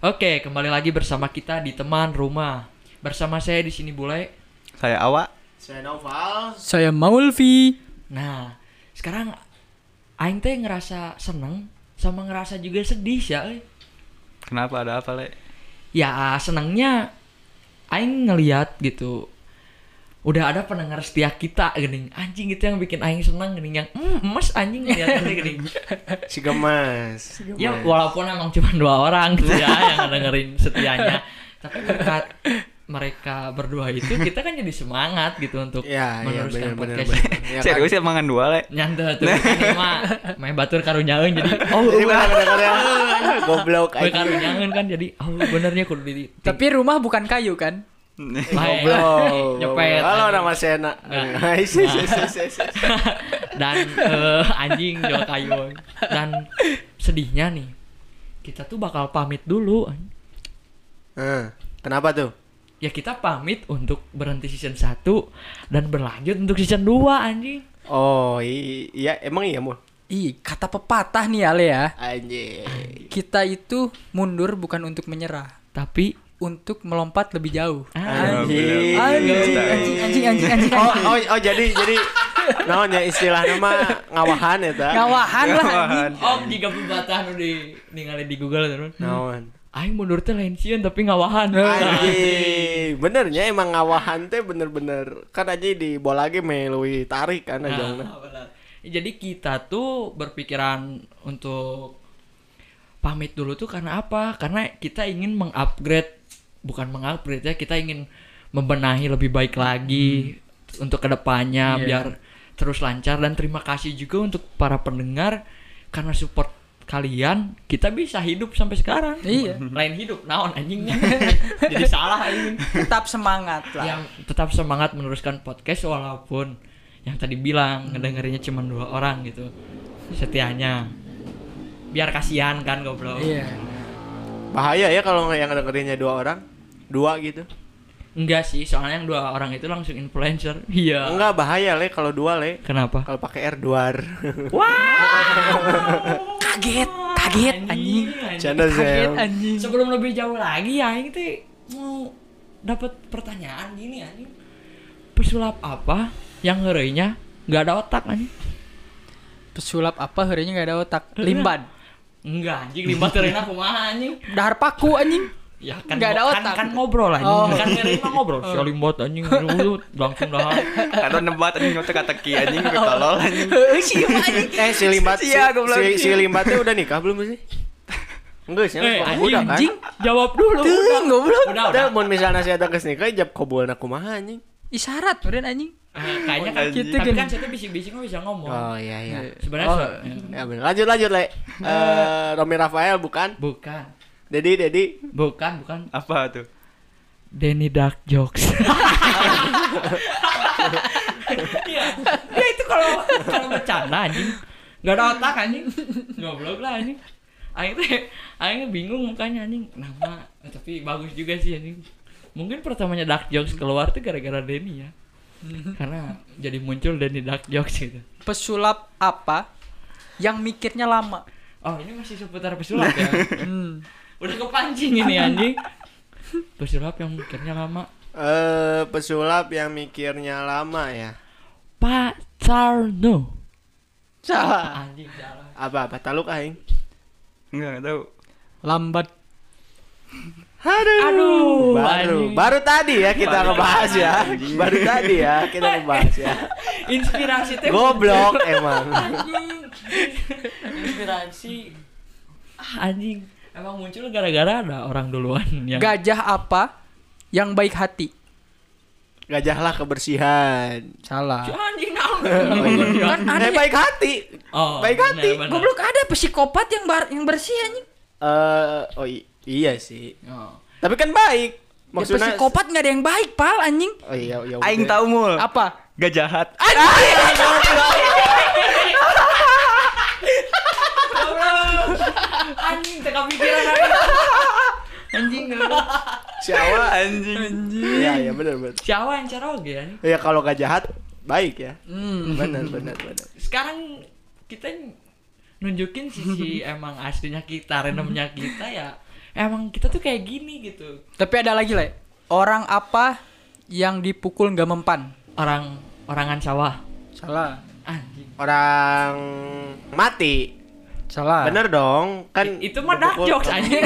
Oke, kembali lagi bersama kita di teman rumah. Bersama saya di sini Bule. Saya Awa. Saya Noval. Saya Maulvi. Nah, sekarang aing teh ngerasa seneng sama ngerasa juga sedih ya. euy. Kenapa ada apa, Le? Ya, senengnya aing ngeliat gitu. Udah ada pendengar setia kita geuning. Anjing itu yang bikin aing seneng geuning yang "Mm, emas anjing ngeliatnya teh, geuning. Si Iya, Gemas. Si Ya Gemas. walaupun emang cuma dua orang gitu ya yang dengerin setianya, tapi berkat mereka berdua itu kita kan jadi semangat gitu untuk Ya, ya meneruskan benar benar podcast. benar. Ya, kan? Serius emang dua, Le? Nyanda Nah. tuh ini mah main batur karunyaeun jadi oh Jadi mana kadang-kadang goblok we aja. karunyaeun kan jadi oh benernya kudu di Tapi rumah bukan kayu kan? Lain. Goblok. Nyepet. Halo nama Sena. Nah. Hai, si, si, si, si, si. dan eh, anjing jual kayu dan sedihnya nih kita tuh bakal pamit dulu Eh, Kenapa tuh? ya kita pamit untuk berhenti season 1 dan berlanjut untuk season 2 anjing Oh, i- iya emang iya mau. Ih, kata pepatah nih Ale ya. Anjing. Kita itu mundur bukan untuk menyerah, tapi untuk melompat lebih jauh. ah, Anjing. Anjing, anjing, anjing, anjing, anjing. Oh, oh, oh jadi jadi naon ya istilah nama ngawahan ya, eta. Ngawahan lah. anjing. om jika pembatahan udah ningali di Google terus Naon. aing mundur teh lain sieun tapi ngawahan Anjing, benernya emang ngawahan teh bener-bener kan aja di bola ge melalui tarik kan Nah, aja. benar. Jadi kita tuh berpikiran untuk pamit dulu tuh karena apa? Karena kita ingin mengupgrade bukan mengupgrade ya, kita ingin membenahi lebih baik lagi untuk kedepannya Iya. biar terus lancar dan terima kasih juga untuk para pendengar karena support kalian kita bisa hidup sampai sekarang. Iya. Lain hidup naon anjingnya. Jadi salah anjing Tetap semangat Ya lah. yang tetap semangat meneruskan podcast walaupun yang tadi bilang ngedengerinnya cuma dua orang gitu setianya biar kasihan kan goblok Iya. Bahaya ya kalau yang dengerinnya dua orang, dua gitu. enggak sih soalnya yang dua orang itu langsung influencer iya Enggak bahaya le kalau dua le. kenapa Kalau pakai R duar. Kaget, kaget anjing. Canda Kaget Zem. anjing. sebelum lebih jauh lagi ya ini teh mau dapat pertanyaan gini anjing pesulap apa yang ngerinya nggak ada otak anjing Pesulap apa harinya nggak ada otak? Limban. enggak anjing lima terena kumaha anjing Dahar paku anjing. Ya kan Nggak ada ngo- otak. Kan, kan ngobrol anjing. Oh. Kan ngirim mah ngobrol. Si Alim buat anjing dulu langsung dah. Kata nebat anjing nyontek kata ki anjing ketolol anjing. Eh si Limbat si, Iya, Sia, goblok. gitu. si, si Limbatnya udah nikah belum sih? Enggak sih, gitu. Eh, udah, anjing, udah kan? anjing. Jawab dulu. Tuh, goblok. Udah, udah. Udah, mau misalnya saya datang ke nikah, jawab kobol aku mah anjing. Isyarat, meren anjing. Eh, kayaknya kan Anjing. gitu tapi kan saya tuh bisik-bisik mah bisa ngomong. Oh iya iya. Sebenarnya Oh. se- eh, Ya bener. Lanjut lanjut le. Eh Romi Rafael bukan? bukan. Dedi Dedi. Bukan, bukan Apa tuh? Denny Dark Jokes. Iya. Dia itu kalau kalau bercanda anjing. Gak ada otak anjing. Goblok lah anjing. Aing teh aing bingung mukanya anjing. Nama tapi bagus juga sih anjing. Mungkin pertamanya Dark Jokes keluar tuh gara-gara Denny ya. Karena jadi muncul Denny Dark Jokes gitu. Pesulap apa yang mikirnya lama? Oh, ini masih seputar pesulap ya. Hmm. Udah kepancing ini anjing. Pesulap yang mikirnya lama. Eh pesulap yang mikirnya lama ya. Pak Tarno. Salah. Anjing salah. Apa apa taluk aing? Enggak enggak tahu. Lambat Aduh. Aduh, Baru anjing. baru tadi ya kita ngebahas ya. Baru tadi ya kita ngebahas ya. inspirasi teh Goblok emang. anjing. inspirasi ah, anjing emang muncul gara-gara ada orang duluan yang Gajah apa yang baik hati? Gajahlah kebersihan. Salah. anjing Kan ada Eh, baik hati. oh, Baik hati, bener-bener. goblok ada psikopat yang bar yang bersih anjing. Ya, Eh oh i- iya sih. Oh. Tapi kan baik. Ya, Maksudnya psikopat nggak ada yang baik, pal anjing. Oh iya iya. Aing udah. tahu mul. Eh, Apa? Gak jahat. anjing teh kepikiran anjing anjing goblok. Siapa? Anjing. Iya iya benar benar. siapa yang cara oge anjing Ya kalau gak jahat baik ya. Hmm. Benar benar benar. sekarang kita nunjukin sisi emang aslinya kita, randomnya kita ya emang kita tuh kayak gini gitu Tapi ada lagi lah. Orang apa yang dipukul nggak mempan? orang orangan sawah Salah. anjing Orang mati. Salah. Bener dong, kan itu mah dark jokes anjing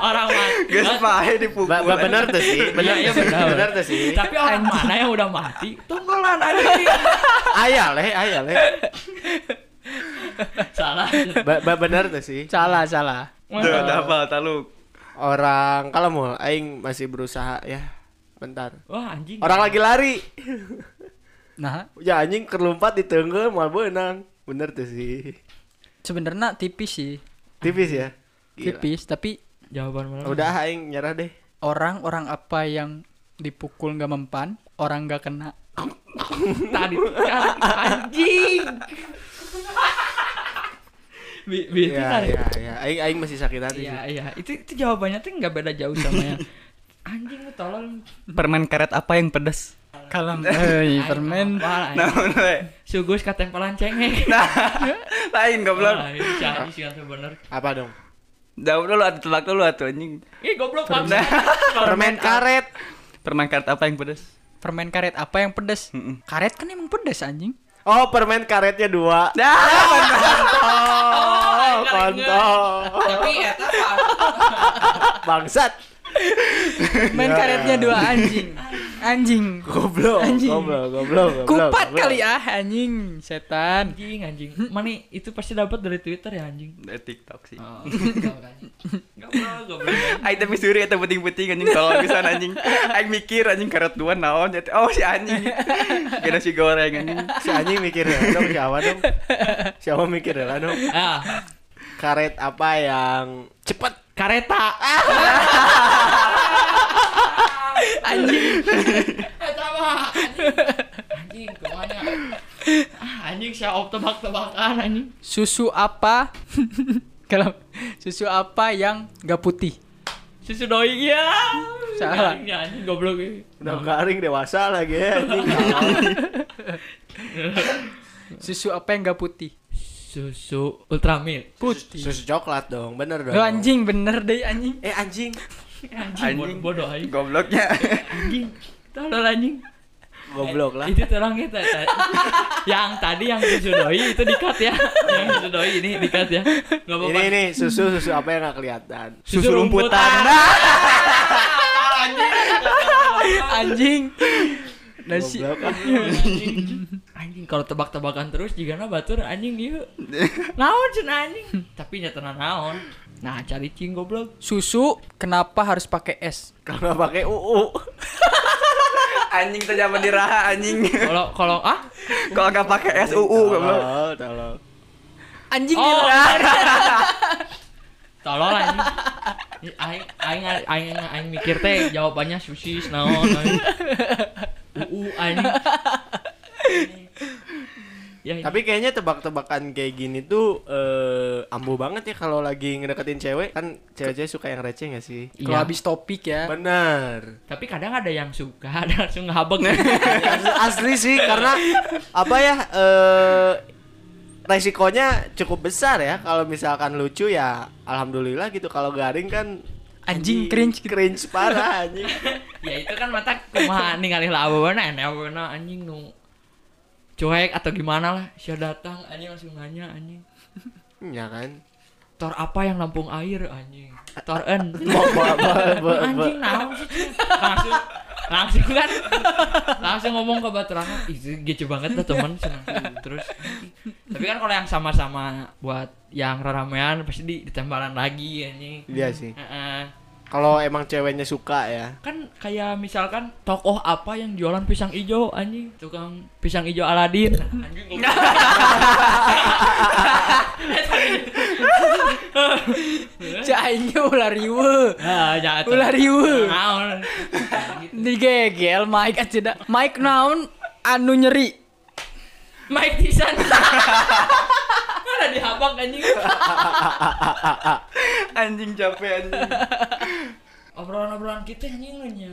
orang mati Guys, pahe dipukul. Ba- ba- bener tuh sih, bener Iya, iya, tuh sih, bener. bener tuh sih. tapi orang mana yang udah mati tunggulan anjing Ayah leh, ayah leh. salah Ba- ba- bener tuh sih. Salah, salah. Tuh, ada apa, taluk? Orang kalau mau aing masih berusaha ya. Bentar. wah anjing Orang lagi lari. Nah, Ya anjing kerlumpat di tenggel mal beunang. Bener tuh sih. sebenarnya tipis sih. Tipis ya. Gila. Tipis, tapi jawaban mana Udah aing nyerah deh. orang-orang apa yang dipukul nggak mempan, orang nggak kena. tadi kan anjing Bi- bi itu Iya, tarik. iya, iya. Aing aing masih sakit hati iya sih. iya itu itu jawabannya tuh nggak beda jauh sama yang anjing lu tolong Permen karet apa yang pedas? Kalau eh, permen nah. Naon we? sugus katempelan cengeng Nah, lain goblok. Wah, ini cari sih kan bener Apa dong? Jawab dulu atau telak dulu atuh anjing. Ih goblok Pak. Permen karet. Permen karet apa yang pedas? permen karet apa yang pedas? Mm-mm. Karet kan emang pedas anjing. Oh, permen karetnya dua. Oh, kontol. Tapi ya, eta apa? Bangsat. Iya. Main karetnya dua anjing. Anjing. Goblok, Anjing. goblok, goblok, goblok. Kupat goblok. kali ah anjing, setan. Anjing anjing. Mana itu pasti dapat dari Twitter ya anjing. Dari TikTok sih. Oh, goblok goblok. Aing tapi suri eta penting-penting anjing tolong pisan anjing. Aing mikir anjing karet dua naon eta. Oh si anjing. Kira si goreng anjing. Si anjing mikir ya, dong siapa dong? Siapa mikir ya, dong? Ah, Karet apa yang cepet? kareta. anjing. Eta mah, Eh, Anjing, Anjing, kemana? Ah, anjing saya op tebak-tebakan anjing. Susu apa? Kalau susu apa yang nggak putih? Susu doi ya. Salah. Anjing, anjing goblok. iya. Nah, Udah garing dewasa lagi ya anjing. Susu apa yang nggak putih? Susu ultramil. Putih. Susu coklat dong, bener dong. Lo anjing bener deh anjing. Eh anjing. Anjing, Anjing anjing. bodoh anjing. Gobloknya. Anjing. Tolol anjing. Goblok lah. Itu tolong kita. yang tadi yang disudoi itu dikat ya. yang disudoi ini dikat ya. Enggak apa-apa. Ini ini susu susu apa yang gak kelihatan? Susu rumputan. Anjing. Nasi Goblok lah. anjing. Anjing kalau tebak-tebakan terus jika na batur anjing ieu. Naon cenah anjing? Tapi nya tenan naon. Nah, cari cing goblok. susu kenapa harus pakai es? Kalau nggak pakai UU. Anjing tuh zaman diraha anjing. Kalau kalau ah Kalau enggak pakai SUU goblok. Tolol, tolol. Anjing Oh, gila. tolol anjing. Aing aing aing aing mikir teh jawabannya sushi naon anjing. Uu anjing. Ya, ini- Tapi kayaknya tebak-tebakan kayak gini tuh eh ambu banget ya kalau lagi ngedeketin cewek kan cewek-cewek suka yang receh gak sih? Iya. Kalau habis topik ya. Bener. Tapi kadang ada yang suka, ada langsung ngabek. Asli sih karena apa ya eh resikonya cukup besar ya kalau misalkan lucu ya alhamdulillah gitu kalau garing kan Anjing cringe gitu. cringe parah anjing. ya itu kan mata kumaha ningali lah aweuna ene aweuna anjing nu cuek atau gimana lah sia datang anjing langsung nanya anjing ya kan. tor apa yang lampung air anjing tor en Bo- bo- bo- bo- bo- anjing naon sih Cing? langsung langsung kan langsung ngomong ke Batraka itu gece banget dah teman senang terus anjing. tapi kan kalau yang sama-sama buat yang ramean pasti di- ditembalan lagi anjing Iya sih. Heeh. Kalau emang ceweknya suka ya. kan kayak misalkan tokoh apa yang jualan pisang ijo anjing tukang pisang ijo Aladin anjing goblok. Cainya ular iwe. ah jahat Ular iwe. naon Gitu. Digegel Mike aja dah. Mike naon anu nyeri. Mike Tyson ada dihabak anjing Anjing capek anjing. obrolan-obrolan kita anjing nanya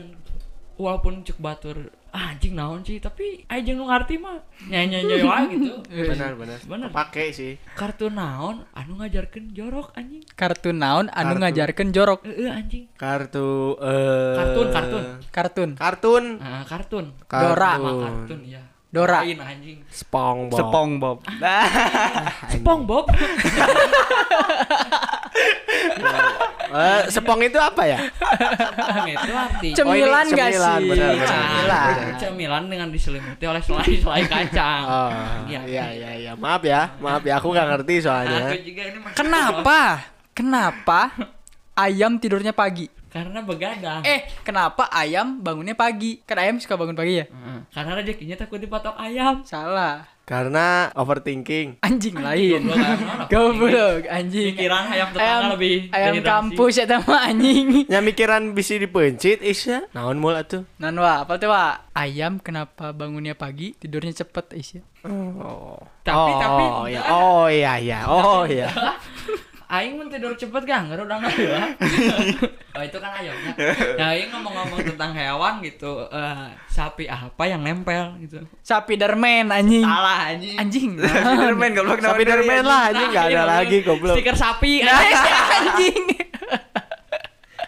walaupun cek batur ah, anjing naon sih tapi aja nu ngarti mah nyanyi-nyanyi wae gitu Benar benar. Benar. Pakai sih. kartu naon anu ngajarkan jorok anjing kartun naon anu Kartun. ngajarkan jorok Eh, eh, anjing. Kartu eh Kartun, kartun. kartun Kartun. Ah, kartun. Dora. Sama kartun ya. Dora. Lain anjing. SpongeBob. Sepong Bob. Sepong Bob. Eh, sepong itu apa ya? Nah, itu arti. cemilan Oh, ini gak cemilan, sih benar, benar. Cemilan. Cemilan. Cemilan dengan diselimuti oleh selai-selai kacang. Oh, Iya. Ah, iya iya iya. Maaf ya, maaf ya aku nggak ngerti Aku soalnya. juga ini Kan- masih- kenapa kenapa ayam tidurnya pagi Karena begadang. eh kenapa ayam bangunnya pagi kan ayam suka bangun pagi ya Heeh. Karena rezekinya takut dipatok ayam. salah Karena overthinking. anjing Iya. lain goblok, ayam mana? goblok anjing Pikiran ayam tetangga lebih ayam dehidrasi. kampus ya sama anjing Ya mikiran bisa dipencit Isya. Naon mul atuh? Nan wa, apa tuh wa? Ayam kenapa bangunnya pagi, tidurnya cepet ya? Isya? Tapi oh, tapi oh, iya. Oh iya iya. Oh iya. Aing mun tidur cepet gak ngaruh udah ngaruh lah. oh itu kan ayamnya. Nah Aing ngomong-ngomong tentang hewan gitu, eh, sapi apa yang nempel gitu. Sapi dermen anjing. Salah anjing. Anjing. Spiderman goblok nama Tapi dari dermen anjing. lah anjing Ah, nggak ada Iya, lagi goblok. Stiker sapi. Nah. Eh, anjing.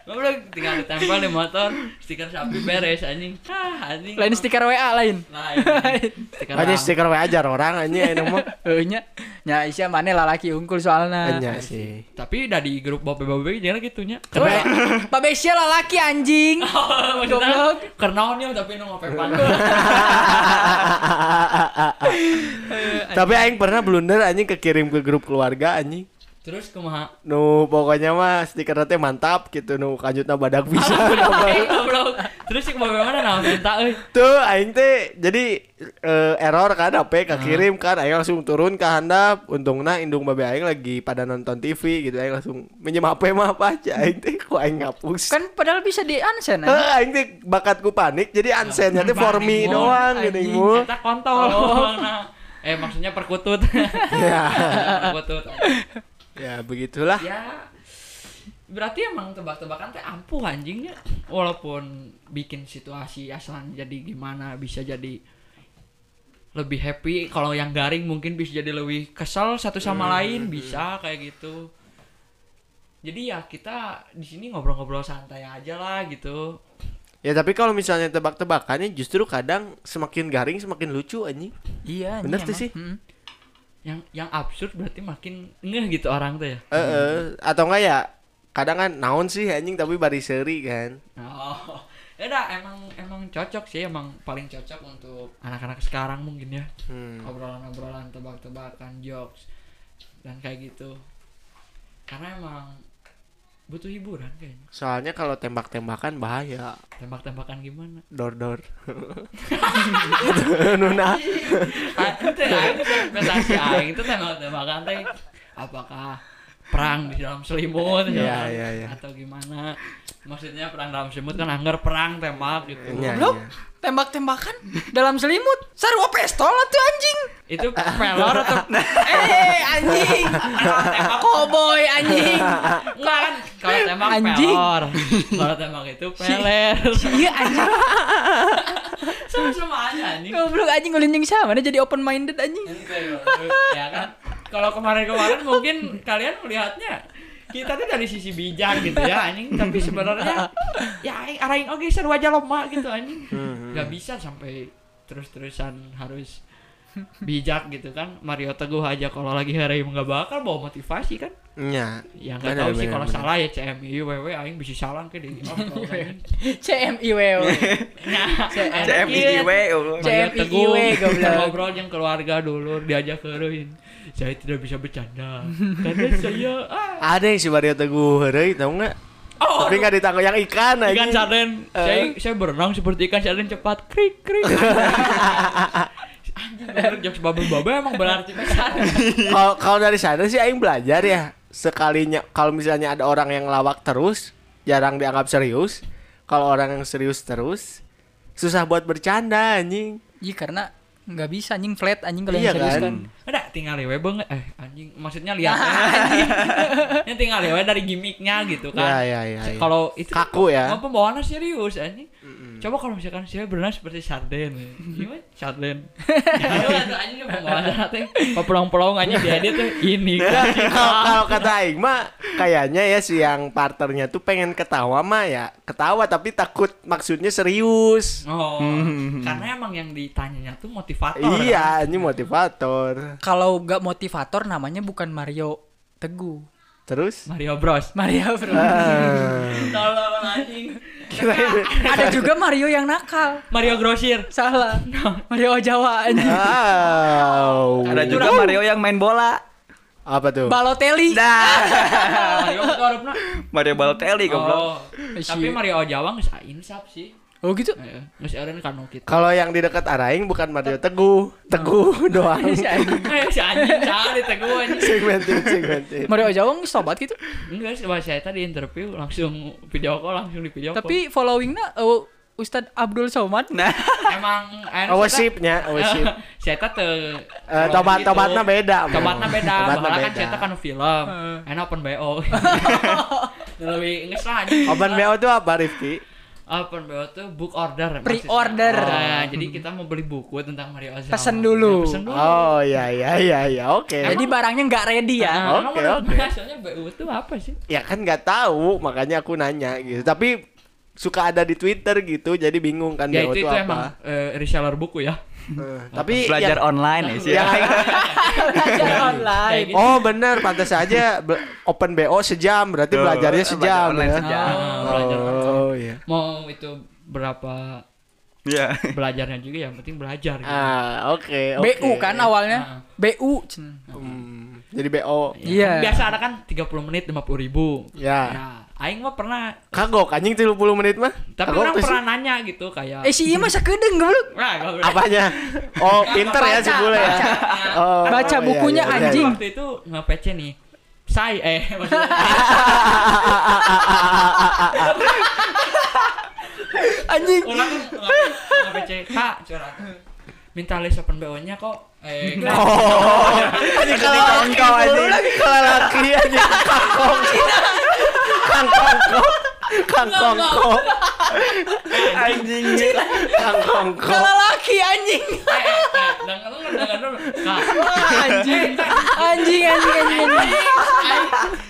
Goblok tinggal ditempel di motor, stiker sapi beres anjing. Hah, anjing. Lain stiker WA lain. Lain, anjing. Stiker. Hanya apa? stiker we ajar orang anjing enak mah. Eh nya, nya Isya mana lalaki unggul Ah, soalnya. Enya sih. Tapi udah di grup babe-babe jangan gitunya. Weh, Pak Besya lalaki anjing. Maksudnya Goblok. kernaonnya tapi nu ngapepan. Eh, Tapi aing pernah blunder anjing kekirim ke grup keluarga anjing. Terus kumaha? Nu pokoknya mah stikernya teh mantap gitu nu kajutna badak bisa. Eh, goblok. Terus si babe mana naon minta eh. euy. Tuh aing teh jadi eh, error kan HP kekirim kan aing langsung turun ke handap. Untungna indung babe aing lagi pada nonton TV gitu aing langsung minjem HP mah apa aja aing teh kok aing ngapus. Kan padahal bisa di unsend Heuh, anjing. aing teh bakatku panik jadi ansennya teh for me Panik, Mon. doang gitu Anjing, Mul. Kita kontol. Nah, eh maksudnya perkutut. Ya. perkutut. Ya begitulah. Ya berarti emang tebak-tebakan teh ampuh anjingnya walaupun bikin situasi asalan jadi gimana bisa jadi lebih happy kalau yang garing mungkin bisa jadi lebih kesel satu sama lain bisa kayak gitu jadi ya kita di sini ngobrol-ngobrol santai aja lah gitu Ya tapi kalau misalnya tebak-tebakannya justru kadang semakin garing semakin lucu anjing. Iya, anjing. Bener tuh emang. sih. Mm-mm. yang yang absurd berarti makin ngeh gitu orang tuh ya Eh eh, atau enggak ya kadang kan naon sih anjing tapi bari seri kan. Oh, ya udah emang emang cocok sih emang paling cocok untuk anak-anak sekarang mungkin ya Hmm. obrolan-obrolan tebak-tebakan jokes dan kayak gitu karena emang butuh hiburan kayaknya Soalnya kalau tembak-tembakan bahaya tembak-tembakan gimana dor-dor. Nuna. Ah, itu aing investasi aing itu tembak-tembakan teh apakah perang di dalam selimut Iya, ya, iya, iya. atau gimana maksudnya perang dalam selimut kan anggar perang tembak gitu Iya, Goblok. iya. Tembak-tembakan dalam selimut. Sarwa pistol tuh anjing. itu pelor atau Eh, anjing. tembak Koboy anjing. Enggak kan kalau tembak Anjing. pelor. Kalau tembak itu peler. Iya anjing. Sama-sama aja anjing. Goblok anjing ngelincing sama jadi open minded anjing. ya kan? Kalau kemarin-kemarin mungkin kalian melihatnya kita tuh dari sisi bijak gitu ya anjing tapi sebenarnya ya aing arahin oke seru aja lemah gitu anjing Hmm. nggak bisa sampai terus-terusan harus bijak gitu kan Mario Teguh aja kalau lagi hari nggak bakal bawa motivasi kan Iya. ya nggak Bener, tahu sih bener, kalau bener. salah ya CMI WW aing bisa salah ke deui. Oh, kalau anjing. CMIW. Nah, CMIW goblok. Mario C- CMIW, Teguh goblok. ngobrol yang keluarga dulu diajak keruin. Saya tidak bisa bercanda karena saya ah. Ada yang si Mario Teguh heureuy tau enggak? Oh, Tapi enggak ditangkap yang ikan ikan anjing. sarden. Eh. Saya saya berenang seperti ikan sarden cepat krik krik. Anjing bener jokes babel babel emang berarti pisan. Kalau kalau dari sana sih aing belajar ya. Sekalinya kalau misalnya ada orang yang lawak terus, jarang dianggap serius. Kalau orang yang serius terus, susah buat bercanda anjing. Iya karena nggak bisa anjing flat anjing kalau Iya yang serius kan? kan. Ada tinggal lewe banget eh anjing maksudnya lihat anjing. tinggal lewe dari gimmicknya gitu Ya kan. ya ya. ya. Kalau itu Kaku ya. Mau pembawaannya serius anjing. Coba kalau misalkan saya berenang seperti sarden. ya. Gimana? Sarden. Ya lu ada anjing pembawaannya teh. Kok pelong-pelong anjing diedit tuh ini. kan. Kalau kalau kata aing mah kayaknya ya si yang partnernya tuh pengen ketawa mah ya ketawa tapi takut maksudnya serius Oh, karena emang yang ditanyanya tuh motivator. iya ini motivator Kalau nggak motivator namanya bukan Mario Teguh. terus Mario Bros. Mario Iya, bro. eh, Tolong anjing. Ada juga Mario yang nakal. Mario Grosir. Salah. Mario Jawa anjing. wow. Ada juga Mario yang main bola. Ah. apa tuh Balotelli. Mario Korupna. Mario Balotelli goblok. Oh, tapi Mario Jawa nggak insap sih. Oh gitu. Nggak sih orang kan kita. kalau yang di dekat Araing bukan Mario Teguh Teguh doang Si anjing. Eh, si anjing cari teguh anjing. segmented segmented Mario Jawa nggak sobat gitu. Enggak sih, saya tadi interview langsung video call langsung di video call. Tapi followingnya uh, Ustadz Abdul Somad. Nah, emang Oh, Awasipnya, awasip. saya tuh Eh, tobat- tobatnya beda, Bro. tobatnya beda Tobatnya bahala kan beda. saya kan film Heeh. enak open bo lebih nges lah Open BO itu apa Rifki? open bo tuh book order maksudnya. Pre-order. Nah, jadi kita mau beli buku tentang Mario Ozawa Pesen Nah, dulu. pesen dulu Oh iya iya iya iya oke. Jadi barangnya nggak ready ya. Nah, oke, emang menurut oke. Mbak, soalnya BO tuh apa sih? ya kan nggak tahu makanya aku nanya gitu. Tapi suka ada di Twitter gitu jadi bingung kan Ya BO itu, itu apa. emang eh, reseller buku ya Eh, tapi Iya. belajar yang- online ya sih. yang- Belajar online. Kayak gitu. Oh bener pantas aja be- open BO sejam berarti Tuh, belajarnya belajar sejam online ya. sejam. Oh, belajar online. Oh iya. Mau itu berapa Iya. belajarnya juga yang penting belajar gitu. Ah oke oke. BU kan Ah. awalnya. BU. cen. Hmm, jadi BO. Iya. Biasa ada kan 30 menit 50 ribu. Ya. Nah, Aing mah pernah, Kagok anjing 30 menit mah. tapi Kagok orang tuh sih. pernah nanya gitu kayak. Eh si Ima sakedeung goblok. Nah, gua bilang, apanya? Oh, pinter ya si bule ya. baca. Oh, Baca iya, bukunya, iya, iya. anjing. Waktu itu nggak PC nih. Saya eh maksudnya Anjing. orang tuh nggak PC kak curhat. Minta les open BO nya kok. Eh, kan. Oh, ini kalau kau anjing, kalau laki anjing kangkong, kangkong, kangkong, Anjing. kangkong, Kalau laki anjing. Eh, eh, eh, dengar dulu, dengar dulu. Kak, Anjing. Anjing anjing anjing. anjing.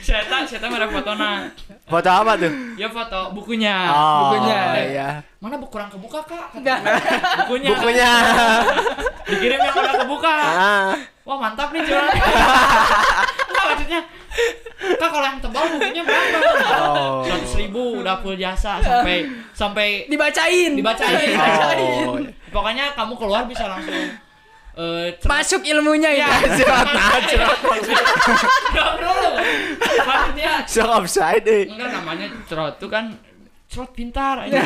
saya saya merah foto nah. Foto apa tuh? Ya foto bukunya. Oh, bukunya. iya. Mana buku kurang kebuka kak? Nah. Bukunya. Bukunya. Dikirim yang kurang kebuka. Ah, Wah mantap nih cuy. Enggak maksudnya. Kak kalau yang tebal bukunya berapa? Oh. Seratus ribu udah full jasa sampai sampai Dibacain. Dibacain. Dibacain. oh. pokoknya kamu keluar bisa langsung eh iya. cer- Masuk ilmunya Ya, ya. cerot cerot dulu. Maksudnya So offside eh. enggak namanya cerot tuh kan cerot pintar aja.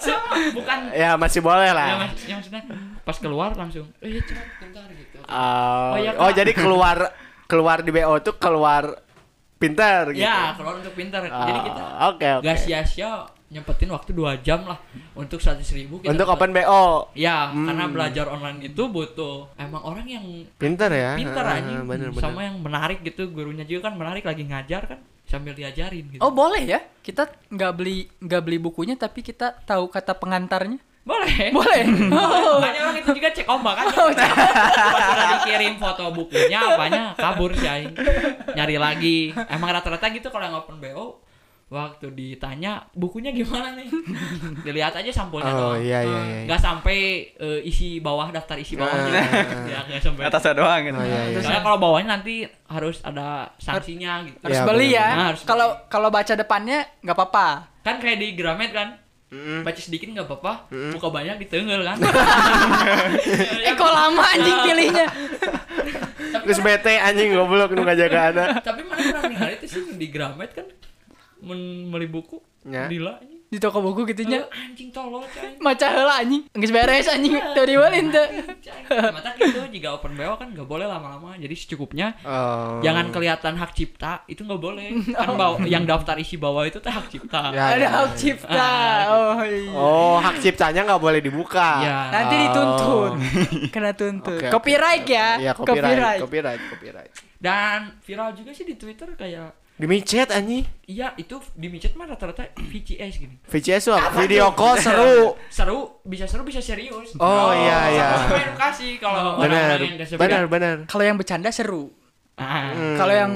Cerot, Bukan Ya masih boleh ya, lah. mas, ya maksudnya pas keluar langsung eh cerot pintar gitu. Oh, Oh, iya, oh Kak. jadi keluar keluar di BO tuh keluar pinter gitu. Ya, keluar untuk pintar. Jadi kita Oh, Oke oke. Gak sia-sia nyempetin waktu 2 jam lah untuk 100 ribu kita Untuk dapat- open BO. Ya, Hmm. karena belajar online itu butuh emang orang yang Pinter ya. pintar Ah, anjing Bener bener. sama yang menarik gitu gurunya juga kan menarik lagi ngajar kan sambil diajarin gitu. Oh boleh ya? Kita nggak beli nggak beli bukunya tapi kita tahu kata pengantarnya. Boleh. Boleh. Oh. Makanya orang itu juga cek ombak kan. Pas udah dikirim foto bukunya apanya kabur sih aing. Nyari lagi. Emang rata-rata gitu kalau yang open BO waktu ditanya bukunya gimana nih. Dilihat aja sampulnya Oh doang. Hmm. iya iya iya. nggak sampai eh, isi bawah daftar isi bawahnya ya nggak sampai Atasnya doang gitu. Oh, iya, iya. soalnya kalau bawahnya nanti harus ada sanksinya gitu Harus Ya, beli ya. benar. Nah, harus Kalau kalau baca depannya nggak apa-apa. kan kayak di Gramet kan Mm-mm. baca sedikit nggak apa-apa Hmm. buka banyak ditenggel kan iya. Eh kok lama anjing pilihnya? tapi, kan Terus mana, bete anjing goblok nu ngajaga anak. tapi mana pernah dengar itu sih di Gramet kan men beli buku Ya. dila ini. Di toko buku Eh, gitunya. anjing tolol cai Maca heula anjing. Geus beres anjing. Teu diwalin teu. mata itu jika open BO kan nggak boleh lama-lama jadi secukupnya Oh. jangan kelihatan hak cipta itu nggak boleh kan bawa, yang daftar isi bawah itu teh hak cipta Ya, Ada ya, hak ya. cipta. Ah, Oh iya. Oh, hak ciptanya nggak boleh dibuka. Oh. Iya. Nanti dituntut. Kena tuntut. Oke, oke. copyright ya. Iya, copyright, copyright, copyright. dan viral juga sih di Twitter kayak Dimicet anjing. iya itu di micet mah rata-rata VCS gini VCS tuh apa? video call seru. seru bisa seru bisa serius Oh, iya, iya. sama-sama edukasi kalau Benar. orang-orang yang gak Benar, sebenarnya benar. Kalau yang bercanda seru. ah, Hmm. Kalau yang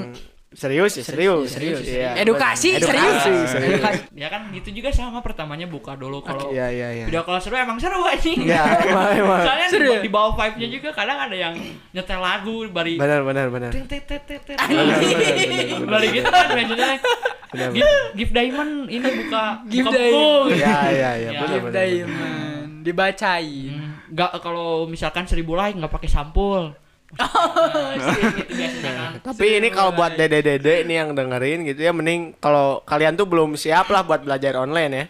serius ya serius Serius. Iya. Edukasi, serius. edukasi serius ya kan gitu juga sama pertamanya buka dulu kalau Iya, iya, iya. video call seru emang seru anjing Iya, emang, emang. soalnya Seru ya? di, di bawah vibe nya juga kadang ada yang nyetel lagu dari benar benar benar Ting, ting, ting, ting, ting. Benar, benar, benar, benar. Balik gitu kan maksudnya. Benar, Gift, gift diamond ini buka Gift buka diamond. buku. ya ya ya Ya. benar Give benar benar. diamond, dibacain. Hmm, Nggak kalau misalkan seribu like nggak pakai sampul. Oh, Nah, gitu biasanya kan. Tapi ini kalau buat dede-dede nih yang dengerin gitu ya mending kalau kalian tuh belum siap lah buat belajar online ya.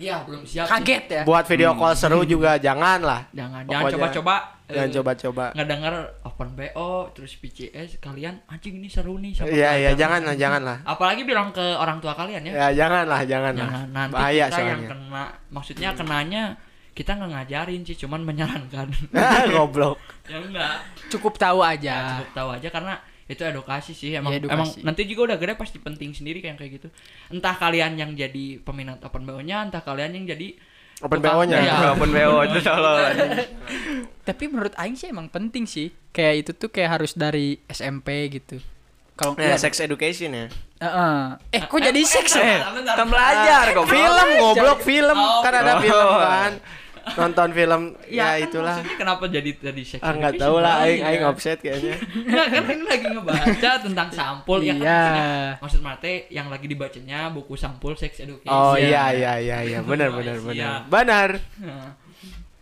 Iya belum siap. sih. Kaget ya. Buat video call seru juga jangan lah. Jangan jangan Pokoknya. coba-coba. Jangan eh, coba-coba. Ngedenger open BO terus PCS kalian anjing ini seru nih sama Iya iya keadaan." jangan lah jangan lah. Apalagi bilang ke orang tua kalian ya. Ya jangan lah jangan lah. Jangan Nah, nanti Bahaya kita yang soalnya. kena. Maksudnya kenanya kita nggak ngajarin sih cuman menyarankan. Ah, Goblok. ya enggak. Cukup tahu Ah. ya, aja. cukup tahu aja karena itu edukasi sih emang Ya, Iya, edukasi. emang nanti juga udah gede pasti penting sendiri kayak kayak gitu entah kalian yang jadi peminat open bo nya entah kalian yang jadi Open tukang- BO-nya. Iya. Walaupun BO itu Eh, tolol anjing. Tapi menurut aing sih emang penting sih. Kayak itu tuh kayak harus dari SMP gitu. Kalau Ya Iya. enggak sex education ya. Heeh. Eh, kok Eh, jadi eh, seks bentar, ya? bentar, bentar. Kan belajar kok. Film goblok film Oh, kan ada film. film kan. Nonton film ya, kan itulah. maksudnya kenapa jadi tadi seks Ah nggak education? tahu lah aing iya. aing offset ya. kayaknya. Nggak, kan ini lagi ngebaca tentang sampul ya kan Iya. maksudnya- maksud mate yang lagi dibacanya buku sampul seks education Oh iya iya iya iya benar benar benar. Benar. Nah,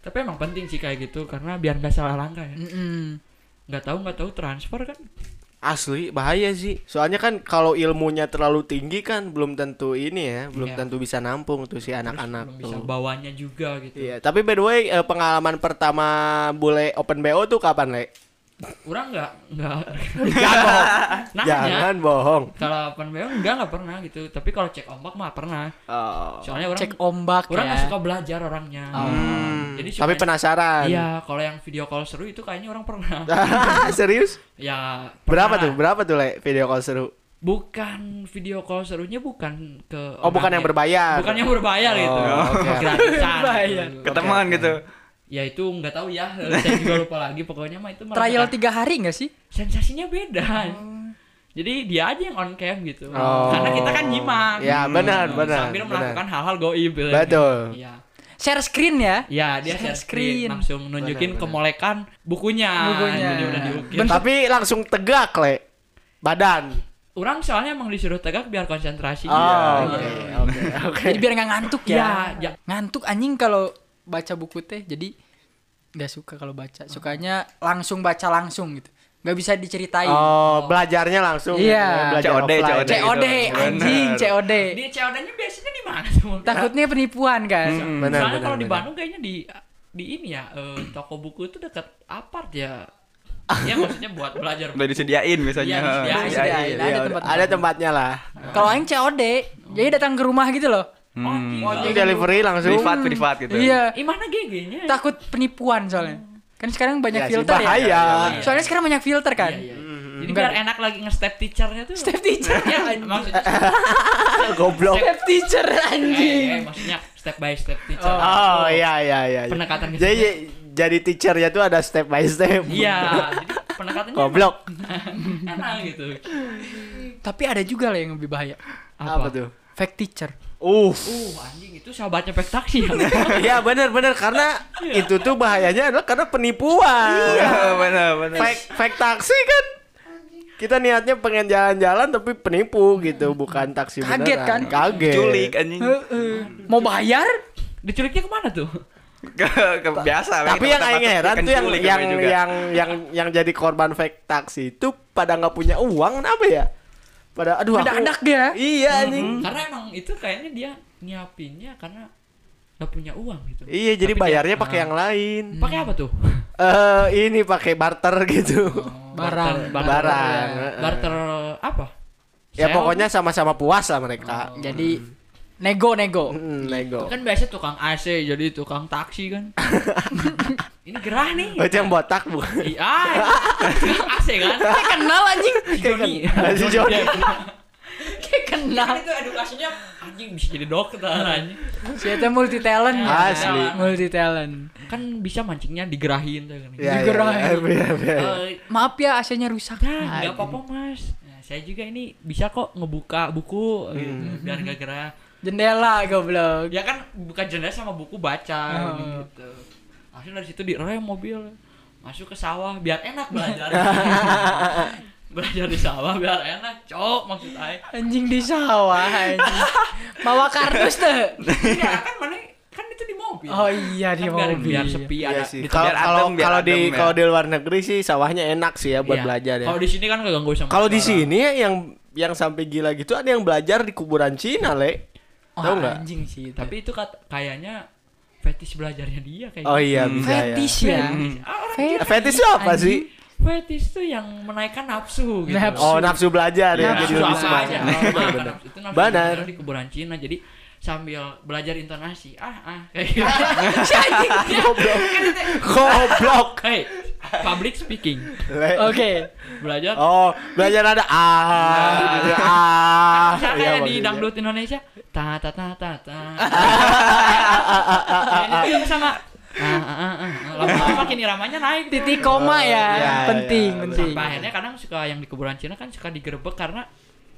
tapi emang penting sih kayak gitu karena biar nggak salah langkah ya Mm-mm. nggak tahu nggak tahu transfer kan Asli bahaya sih. Soalnya kan kalau ilmunya terlalu tinggi kan belum tentu ini ya, belum Iya. tentu bisa nampung tuh si anak-anak belum bisa tuh. bawanya juga gitu Iya, tapi by the way eh, pengalaman pertama bule open BO tuh kapan, Le? orang nggak nggak nanya Jangan ya. bohong. kalau open BO enggak enggak pernah gitu tapi kalau cek ombak mah pernah Oh. soalnya orang Cek ombak orang ya. Oh. nggak suka belajar orangnya Hmm, Jadi tapi suka- penasaran. iya kalau yang video call seru itu kayaknya orang pernah Serius? ya Berapa pernah. tuh? Berapa tuh, Le? Video call seru. Oh, bukan video call serunya bukan ke Oh, bukan orangnya. yang berbayar. ya. bukan yang berbayar gitu Oh, oke. Gratisan Berbayar. gitu. Ketemuan gitu. ya itu nggak tahu ya saya juga lupa lagi pokoknya mah itu Trial merasakan- tiga hari enggak sih? sensasinya beda jadi dia aja yang on cam gitu Oh. karena kita kan nyimak Hmm. Ya, benar, benar. sambil benar. melakukan hal-hal goib gitu. Betul. Iya. Share screen ya. Ya, dia share Share screen, screen. langsung nunjukin Benar, benar. kemolekan bukunya. Bukunya. Jadi udah diukir. Tapi langsung tegak, Le. Badan. Orang soalnya emang disuruh tegak biar konsentrasi. Oh, oke, Iya. oke, oke. Jadi biar nggak ngantuk ya. Iya, ya. Ngantuk anjing kalau baca buku teh. Jadi nggak suka kalau baca. Sukanya langsung baca langsung gitu. Nggak bisa diceritain. Oh, belajarnya langsung. Iya. ya, Belajar COD, offline. COD. COD Bener. anjing COD. Iya. Di COD-nya biasanya di mana semua? Takutnya penipuan kan. Mm-mm. Benar, Soalnya benar, kalau di benar. Bandung kayaknya di di ini ya, eh, toko buku itu dekat apart ya. Ya maksudnya buat belajar. Udah disediain biasanya. Iya, disediain. Disediain. Disediain. Iya, Ada udah. tempat- ada tempatnya lah. Kalau aing COD, jadi datang ke rumah gitu loh. Hmm. Ini delivery langsung. Privat, privat gitu. Iya, Imana GG-nya? takut penipuan soalnya. Kan Ya sekarang banyak sih, filter bahaya. ya. Soalnya sekarang banyak filter kan. Iya, iya. Jadi biar enak lagi nge-step teacher-nya tuh. Step teacher. Ya, maksudnya Goblok. Step teacher Eh, eh, anjing. maksudnya step by step teacher. Oh, iya iya iya. iya. Pendekatan ke Jadi jadi teachernya tuh ada step by step. Iya, jadi pendekatannya Goblok. emang enak gitu. Tapi ada juga lah yang lebih bahaya. Apa, tuh? Fake teacher. Uff. Uh, anjing itu sahabatnya pek taksi ya. Iya benar-benar karena itu tuh bahayanya adalah karena penipuan. Iya, benar, benar. Fake fake taksi kan. Kita niatnya pengen jalan-jalan tapi penipu gitu, bukan taksi Kaget, beneran. kan? Kaget. Culik Eh, anjing. Heeh. Mau bayar? Diculiknya kemana tuh? Ke- ke- biasa. Tapi yang aing heran tuh yang culik yang, namanya juga. yang yang yang jadi korban fake taksi itu pada nggak punya uang kenapa ya? Pada aduh aku- Mendadak dia. Iya anjing. Karena emang itu kayaknya dia nyiapinnya karena nggak punya uang gitu. Iya jadi Tapi bayarnya dia- Ah. pakai yang lain. Pakai apa tuh? Eh ini pakai barter gitu. Oh. Barang. barter, Barang, barter, heeh. barter apa? ya Sewa. pokoknya sama-sama puas lah mereka. Oh. Jadi nego-nego. Mm, nego. kan biasa tukang AC jadi tukang taksi kan. Ini gerah nih. Oh, itu yang botak bukan? Iya, tukang AC kan. Iya, Kayak kenal anjing. Joni. Si Joni. Kayak kenal. Kan itu edukasinya anjing bisa jadi dokter anjing. Siapa multi talent. Asli. Multi talent. Kan bisa mancingnya digerahin tuh kan. Ya, ya, Digerahin. ya, ya, ya, ya. Eh, Maaf ya AC-nya rusak. Nah, nggak apa-apa mas. Nah, saya juga ini bisa kok ngebuka buku gitu, Hmm. biar gak gerah. Jendela goblok. Ya kan buka jendela sama buku baca Oh. gitu. Akhirnya dari situ direm mobil masuk ke sawah biar enak belajar. belajar di sawah biar enak, cok maksud aing. Anjing di sawah anjing. Mawa kardus tuh. Iya kan mana kan itu di mobil. Oh iya di Kan biar, mobil. biar sepi ada Iya sih. di biar adem, Kalau kalau biar kalau di adem ya. kalau di luar negeri sih sawahnya enak sih ya buat Iya. belajar ya. Kalau di sini kan keganggu sama. Kalau di suara. sini ya yang yang sampai gila gitu ada yang belajar di kuburan Cina, Le. Wah, Tahu nggak? Ah, Anjing sih itu. Tapi itu kat- kayaknya fetish belajarnya dia kayak. gitu. Ah, Oh iya Hmm. bisa ya. fetish ya. Eh, Fetish itu apa sih? Anjing. Fetish tuh yang menaikkan nafsu gitu. Nafsu. Oh, nafsu belajar ya. Nafsu Jadi lebih apa semangat. Nah, aja. Nah, Bener, bener. nafsu- Itu nafsu Benar. belajar di kuburan Cina. Jadi sambil belajar intonasi. Ah ah kayak gitu. Si anjing. Goblok. Goblok. Hey, public speaking. Le. Oke. Belajar Oh, belajar ada ah, Iya. gitu, ah. Misalnya Iya, kayak di maksudnya. dangdut Indonesia ta ta ta ta ta Ah, Ini juga sama ah, ah, ah, ah. lama-lama makin iramanya naik tuh. Titik koma ya. Iya, iya, penting, iya, penting. sampai akhirnya kadang suka yang di kuburan Cina kan suka digerebek karena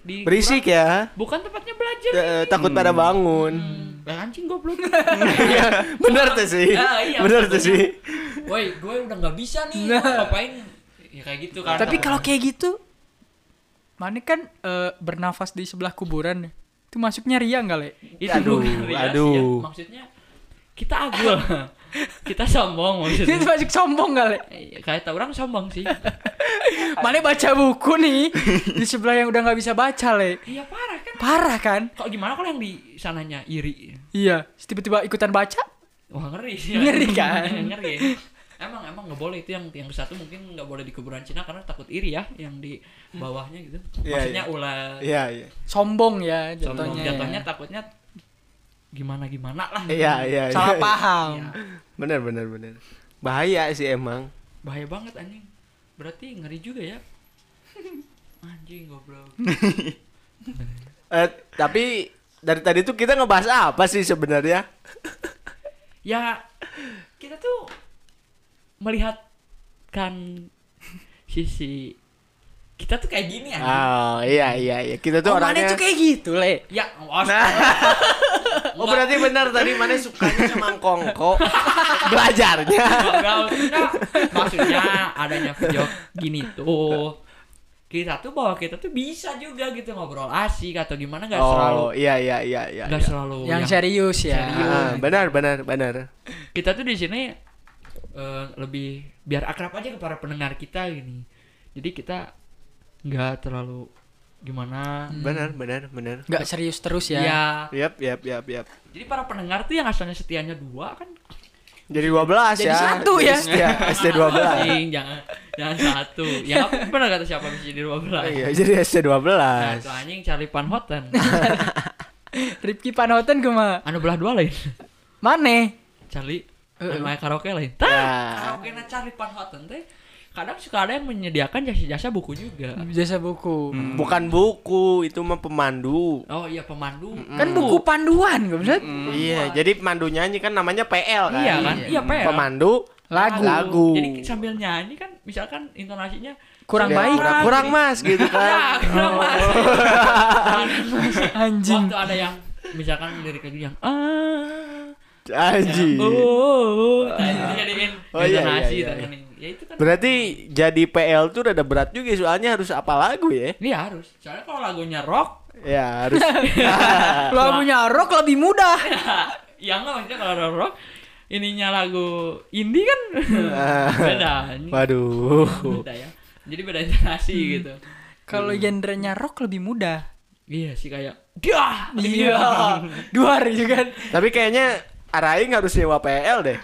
di Berisik kuburan- ya. bukan tempatnya belajar Eh, takut pada bangun. Hmm, lah anjing goblok Iya, bener tuh sih. Ah, iya, Bener tuh maksudnya. sih. woi gue udah nggak bisa nih Nah. ngapain ya kayak gitu kan Tapi kalau kayak gitu Mana kan eh, bernafas di sebelah kuburan ya. Itu masuknya ria nggak, Le? itu Aduh, bukan rias aduh. ya. maksudnya kita agul kita sombong maksudnya Eh, iya, Itu masuk sombong nggak, Le? kayak orang sombong sih Mana baca buku nih di sebelah yang udah nggak bisa baca, Le. iya parah kan Parah kan? kok gimana kalau yang di sananya iri Iya, tiba-tiba ikutan baca. wah ngeri sih Ngeri kan? ngeri ya. emang emang nggak boleh itu yang yang satu mungkin nggak boleh di kuburan Cina karena takut iri ya yang di bawahnya gitu Iya, maksudnya iya. ular Iya, iya. Sombong ya jatuhnya jatuhnya. jatuhnya ya. takutnya gimana gimana lah Gitu. Iya, iya. iya. Salah paham. Oh, Bener, bener, bener. Bahaya sih emang. bahaya banget anjing berarti ngeri juga ya anjing goblok Eh, tapi dari tadi tuh kita ngebahas apa sih sebenarnya? ya kita tuh melihatkan sisi kita tuh kayak gini anjing Oh, iya, iya, iya. Kita tuh Oh, mana orangnya itu kayak gitu, Le. ya awas. Nah. Oh, berarti benar tadi mana sukanya sama kongko belajarnya. Enggak, enggak. maksudnya adanya video gini tuh kita tuh bahwa kita tuh bisa juga gitu ngobrol asik atau gimana nggak selalu Oh, iya, iya, iya, iya. nggak iya. selalu yang serius ya. Ah, benar, benar, benar. kita tuh di sini eh, lebih biar akrab aja ke para pendengar kita gini jadi kita nggak terlalu gimana Hmm, Benar, benar, benar. Nggak serius terus ya. ya. Yap, yap, yap, yap. jadi para pendengar tuh yang asalnya setianya dua kan Jadi 12 Jadi ya. satu ya. Iya, ST12. Anjing, jangan jangan satu ya apa benar kata siapa bisa jadi dua belas Iya, jadi ST12. nah, itu anjing cari panhotan Ripki Panoten kuma. anu belah dua lain Mana? Charlie Eh, main karaoke lain. Ya. Tah, karaoke na Charlie Van Houten teh kadang suka ada yang menyediakan jasa-jasa buku juga. Jasa buku. Bukan buku, itu mah pemandu. Hmm. Oh iya pemandu. Kan buku panduan, goblok. Iya, jadi pemandu nyanyi kan namanya PL kan. Iya kan? Iya, ya? PL. Pemandu Lagu. Lagu. Jadi sambil nyanyi kan misalkan intonasinya Kurang Ya, baik. Kurang, kurang mas gitu ya, kan. kurang mas. Anjing. Waktu ada yang misalkan lirik lagu yang ah Anji. Ya oh, oh, oh. Nah, itu jadiin Iya. Oh, iya, intonasi iya, iya, dan ini. Ya itu kan. Berarti jadi PL tuh rada berat juga soalnya harus apa lagu ya? Iya harus. Soalnya kalau lagunya rock, Ya harus. Lagunya rock lebih mudah. ya enggak maksudnya kalau ada rock ininya lagu indie kan beda. anjing. Ah. Waduh. Hmm. beda ya jadi beda intonasi gitu Kalau genrenya rock lebih mudah. iya sih kayak dah Iya. Duar juga kan. Tapi kayaknya Araing harus nyewa PL deh.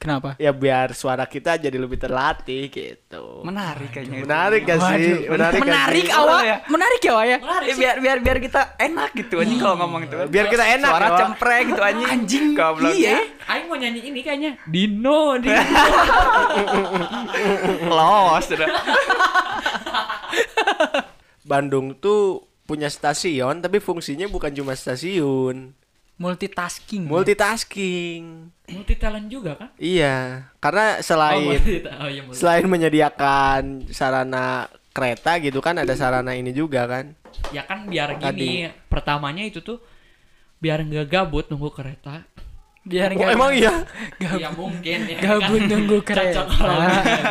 Kenapa? Ya biar suara kita jadi lebih terlatih gitu. Menarik kayaknya. itu. Menarik gak sih? Menarik, gak menarik sih? awal Boleh ya? menarik ya Wak, ya Menarik Eh, sih. biar biar biar kita enak gitu anjing kalau ngomong itu. Biar kita enak Suara ya, Wak. cempreng gitu anjing. Anjing, Goblok. iya. Aing mau nyanyi ini kayaknya Dino Dino Los. udah. Bandung tuh punya stasiun tapi fungsinya bukan cuma stasiun. Hmm. multitasking Multitasking. multi talent juga kan Iya, oh, karena selain multi oh iya multi selain menyediakan sarana kereta gitu kan ada sarana ini juga kan ya kan biar Tadi. gini pertamanya itu tuh biar nggak gabut nunggu kereta biar oh, nggak emang iya Gabut. ya mungkin ya gabut kan. nunggu Cocok kereta Ah. kalau gitu.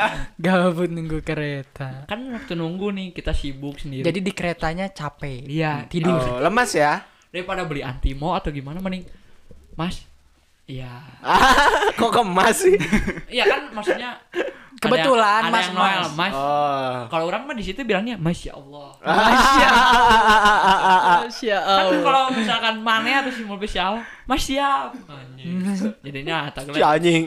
gabut nunggu kereta kan waktu nunggu nih kita sibuk sendiri jadi di keretanya capek Iya. tidur oh, lemas ya daripada beli antimo atau gimana mending mas ya ah, kok kemas sih iya kan maksudnya ada- Kebetulan, ada Mas yang Noel, Mas. mas oh kalau orang mah di situ bilangnya masya allah Masya Allah. Tapi Masya Allah. Kan kalau misalkan Mane atau si Mulpi siapa, Mas siap. Anjing. Jadinya Si tagline anjing.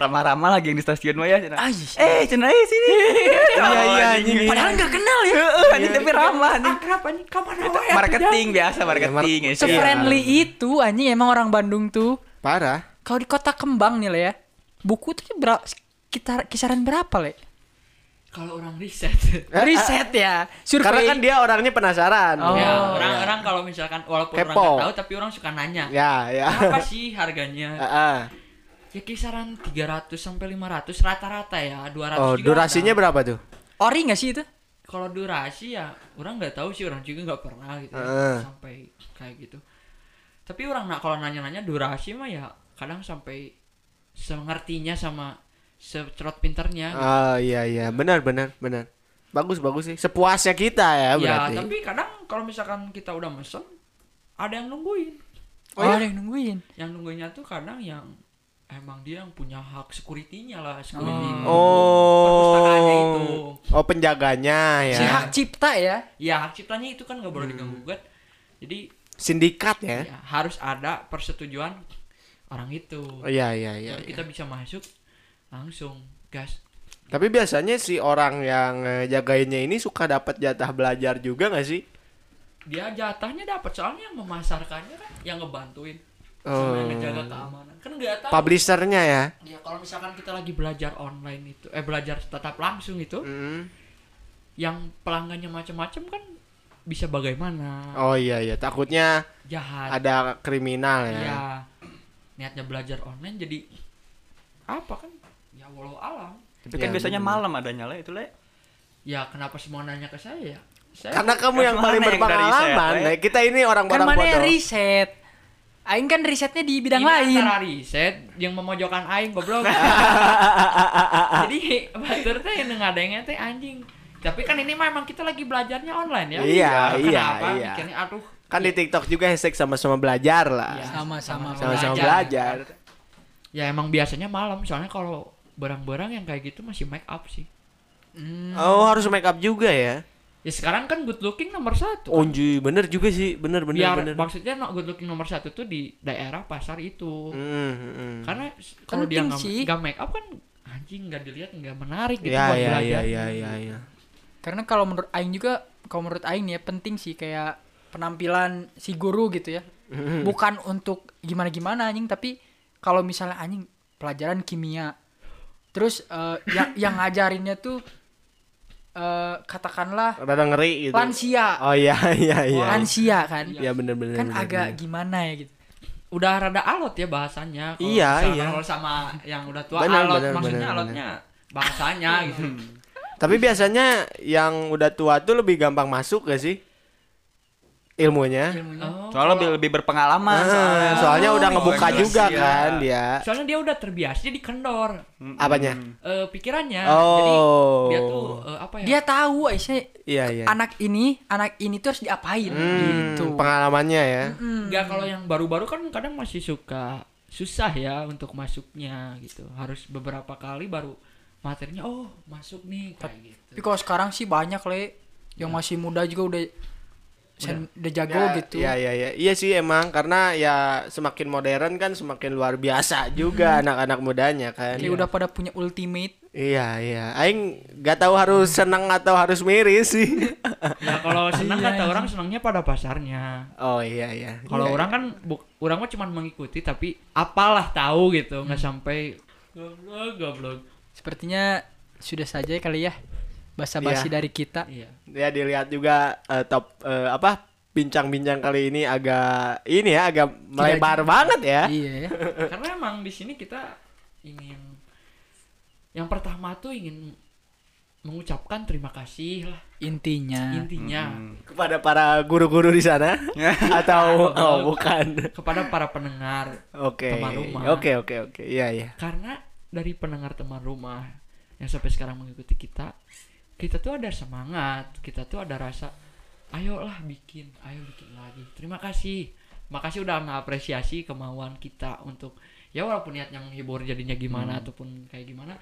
Ramah-ramah lagi yang di stasiun mah ya. Cina. Ay. Eh, Cina eh sini. Iya iya anjing. Padahal nggak kenal ya. Heeh, anjing tapi ramah anjing. akrab anjing kamar Marketing biasa marketing Iya, ya. Cina. Se-friendly itu anjing emang orang Bandung tuh. Parah. Kalau di Kota Kembang nih Le ya. Buku tuh berapa kitar, kisaran berapa, Le? Kalau orang riset. Eh, Riset ya. Survei. Karena kan dia orangnya penasaran. Oh. ya, orang-orang kalau misalkan walaupun orang Kepo. nggak tahu tapi orang suka nanya. Ya ya. Apa sih harganya? Heeh. Ya kisaran 300 sampai 500 rata-rata ya, 200 Oh juga durasinya ada. berapa tuh? ori nggak sih itu? Kalau durasi ya orang nggak tahu sih, orang juga nggak pernah gitu ya, Heeh. sampai kayak gitu. Tapi orang nak kalau nanya-nanya durasi mah ya kadang sampai semengertinya sama secerot pinternya. Oh iya iya benar benar benar. Bagus bagus sih. Sepuasnya kita ya, ya berarti. tapi kadang kalau misalkan kita udah mesen ada yang nungguin. Oh, ada yang nungguin. yang nungguinnya tuh kadang yang emang dia yang punya hak security-nya lah security Hmm. Hmm. perpustakaannya itu Oh. Oh penjaganya ya. Si hak cipta ya. Oh. ya hak ciptanya itu kan nggak Hmm. boleh diganggu gugat jadi Sindikat ya. ya, harus ada persetujuan orang itu Oh iya iya iya. Baru kita bisa masuk langsung gas Tapi biasanya si orang yang eh, jagainnya ini suka dapat jatah belajar juga gak sih? dia jatahnya dapat soalnya yang memasarkannya kan yang ngebantuin Oh. sama yang ngejaga keamanan kan nggak tahu Publishernya ya. ya kalau misalkan kita lagi belajar online itu eh belajar tetap langsung itu Mm. yang pelanggannya macam-macam kan bisa bagaimana Oh iya iya takutnya jahat ada kriminal ya. ya niatnya belajar online jadi apa kan ya walau alam Tapi kan Ya, biasanya bener. malam adanya lah itu lah. ya kenapa semua nanya ke saya ya saya Karena kamu yang Mana paling yang dari berpengalaman. saya, Nah, kita ini Kan orang-orang mana bodoh. riset. Aing kan risetnya di bidang Ini lain. antara riset yang memojokkan aing goblok jadi batur teh yang ngadengnya teh anjing tapi kan ini memang kita lagi belajarnya online ya Iya, Ya, iya, kenapa iya. mikirnya aduh Kan di TikTok juga hashtag sama-sama belajar lah. Iya, ya, Sama-sama Sama-sama belajar. belajar. ya emang biasanya malam soalnya kalau barang-barang yang kayak gitu masih make up sih Hmm. Oh, harus make up juga ya. Ya sekarang kan good looking nomor satu. Onji, bener juga sih. Oh, iya, Bener, bener, Biar bener. maksudnya no- good looking nomor satu tuh di daerah pasar itu. Mm, mm, mm. Karena s- kalau dia Penting nggak sih. nggak make up kan anjing nggak dilihat nggak menarik gitu ya, buat ya, belajar. ya, ya, ya, ya. Karena kalau menurut Aing juga, kalau menurut Aing nih ya penting sih kayak penampilan si guru gitu ya. Hmm. Bukan untuk gimana-gimana anjing, tapi kalau misalnya anjing pelajaran kimia, terus eh, yang yang ngajarinnya tuh eh, katakanlah Rada ngeri gitu. lansia, Oh iya, iya, iya. lansia kan, Iya, bener, bener. kan bener, agak bener. gimana ya gitu. Udah rada alot ya bahasanya. Kalau Iya, misalkan iya. Kalau sama yang udah tua Benar, alot benar, maksudnya benar, alotnya bahasanya Hmm. gitu. Tapi biasanya yang udah tua tuh lebih gampang masuk gak sih? Ilmunya. Ilmunya. Oh, Soalnya lebih, kalau- lebih berpengalaman. Eh, soalnya Oh, udah ngebuka iya Soalnya juga sih, ya. kan dia. soalnya dia udah terbiasa jadi kendor Mm-mm. Apanya? eh, pikirannya. Jadi Oh. dia tuh eh, apa ya? Dia tahu Aisyah Iya, iya. anak ini, anak ini tuh harus diapain Hmm, gitu. pengalamannya ya. Enggak kalau yang baru-baru kan kadang masih suka susah ya untuk masuknya gitu. Harus beberapa kali baru materinya oh masuk nih kayak gitu. Tapi kalau sekarang sih banyak le yang masih muda juga udah sen- udah jago Ya, gitu. Ya, ya, ya. Iya sih emang karena ya semakin modern kan semakin luar biasa juga anak-anak mudanya kan. Kayak udah pada punya ultimate. Iya, iya. Aing gak tahu harus seneng atau harus miris sih. Ya kalau senang kata orang senangnya pada pasarnya. oh iya, iya. Kalau Iya, orang kan bu- orang mah cuma mengikuti tapi apalah tahu gitu, Hmm. nggak sampai goblok goblok. Sepertinya sudah saja kali ya basa-basi Iya. dari kita. Iya. ya dilihat juga eh, top eh, apa bincang-bincang kali ini agak ini ya agak melebar banget ya. Iya ya. Karena emang di sini kita ingin yang pertama tuh ingin mengucapkan terima kasih lah Hmm, intinya intinya kepada para guru-guru di sana atau oh, bukan. kepada para pendengar Oke. Teman rumah. Oke oke oke. Iya iya. karena dari pendengar teman rumah yang sampai sekarang mengikuti kita kita tuh ada semangat kita tuh ada rasa ayolah bikin ayo bikin lagi terima kasih makasih udah mengapresiasi kemauan kita untuk ya walaupun niatnya menghibur jadinya gimana Hmm. ataupun kayak gimana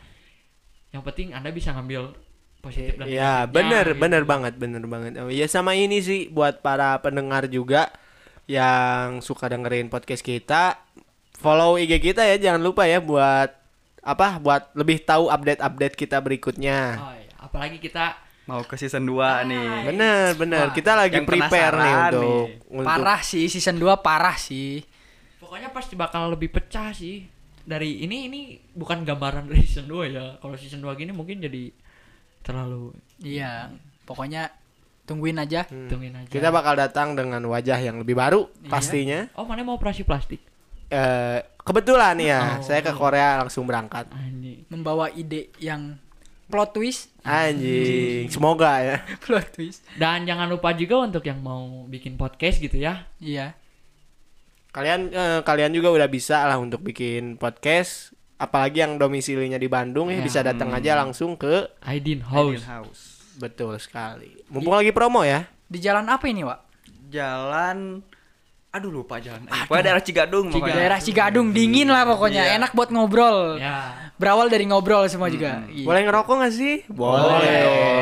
yang penting anda bisa ngambil positif dan Ya, negatifnya, bener, Iya, gitu. bener banget, bener banget. Oh, Ya sama ini sih buat para pendengar juga yang suka dengerin podcast kita, follow IG kita ya, jangan lupa ya buat apa? Buat lebih tahu update-update kita berikutnya. Oh, iya. apalagi kita Mau ke season Ah, 2 nih. iya. Bener, bener. Kita lagi yang prepare nih penasaran untuk, untuk parah sih season 2 parah sih pokoknya pasti bakal lebih pecah sih dari ini ini bukan gambaran dari season 2 ya kalau season 2 gini mungkin jadi terlalu iya pokoknya tungguin aja Hmm. hitungin aja Kita bakal datang dengan wajah yang lebih baru pastinya. oh mana mau operasi plastik Eh, kebetulan ya, Oh. saya ke Korea langsung berangkat. anjing membawa ide yang plot twist Anjing, semoga ya. plot twist dan jangan lupa juga untuk yang mau bikin podcast gitu ya iya kalian eh, kalian juga udah bisa lah untuk bikin podcast apalagi yang domisilinya di Bandung Ya. ya, bisa datang aja langsung ke Aidin Hidden House House. betul sekali mumpung lagi promo ya di jalan apa ini Wak? Jalan Aduh lupa jalan. Eh, Pokoknya daerah Cigadung pokoknya. daerah Cigadung dingin lah pokoknya Iya. enak buat ngobrol ya berawal dari ngobrol semua juga Iya. boleh ngerokok nggak sih boleh,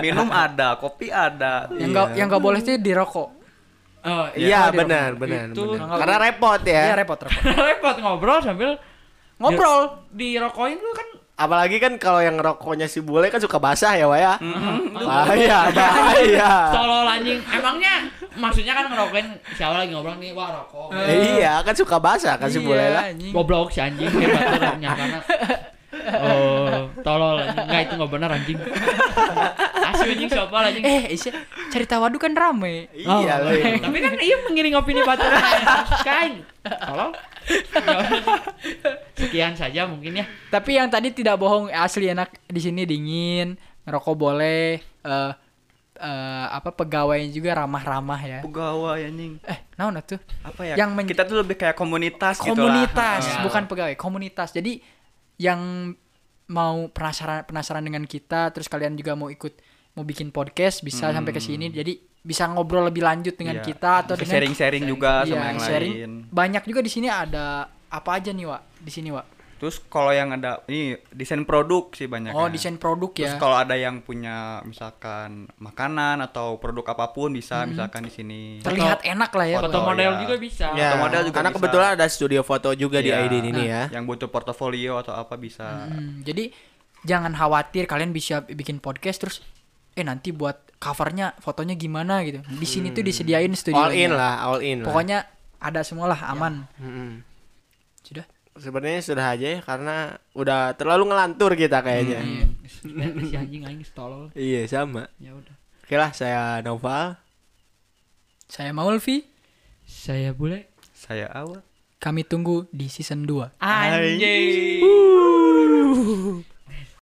Minum ada, kopi ada. yang nggak yang nggak boleh itu dirokok oh, iya Iya, benar benar Itu- benar. karena repot Eh. ya iya repot repot repot ngobrol sambil ngobrol dirokokin lu kan apalagi kan kalau yang ngerokoknya si bule kan suka basah ya waya bahaya Iya. bahaya tolol anjing emangnya maksudnya kan ngerokokin siapa lagi ngobrol nih wah rokok Eh, iya kan suka basah kan si Iya, bule lah anjing. goblok si anjing hebat banget nyangkana oh tolol anjing. nggak itu nggak benar anjing asli anjing siapa anjing eh Isya cerita waduh kan rame iya Oh, loh tapi kan iya mengiring opini batu kain tolol Ya udah. sekian saja mungkin ya tapi yang tadi tidak bohong eh, asli enak di sini dingin ngerokok boleh eh eh, apa pegawainya juga ramah-ramah ya Pegawai anjing. eh naon tuh Apa ya? Yang men- Kita tuh lebih kayak komunitas, komunitas gitu Iya. lah. bukan pegawai komunitas jadi yang mau penasaran penasaran dengan kita terus kalian juga mau ikut mau bikin podcast bisa sampai ke sini jadi bisa ngobrol lebih lanjut dengan Hmm. Iya. kita atau Bisa dengan sharing-sharing juga Iya, sama yang sharing. lain. banyak juga di sini ada apa aja nih Wak di sini Wak Terus kalau yang ada ini desain produk sih banyak. oh desain Ya produk kan. Terus ya kalau ada yang punya misalkan makanan atau produk apapun bisa misalkan di sini. Mm-hmm. terlihat enak lah ya foto Foto, model ya. juga bisa Ya, Foto model juga karena bisa. kebetulan ada studio foto juga di Iya. Aidin ini ya. Yang butuh portofolio atau apa bisa. Hmm, jadi jangan khawatir kalian bisa bikin podcast terus eh nanti buat covernya fotonya gimana gitu. Di sini Hmm. tuh disediain studio. All in lah, all in lah. Pokoknya ada semualah aman. Ya. Mm-mm. Sudah. Sebenarnya sudah aja ya karena udah terlalu ngelantur kita kayaknya. Iya. si anjing anjing tolol Iya sama. ya udah Oke lah saya Noval. Saya Maulvi, saya boleh Saya awal. kami tunggu di season 2. anjing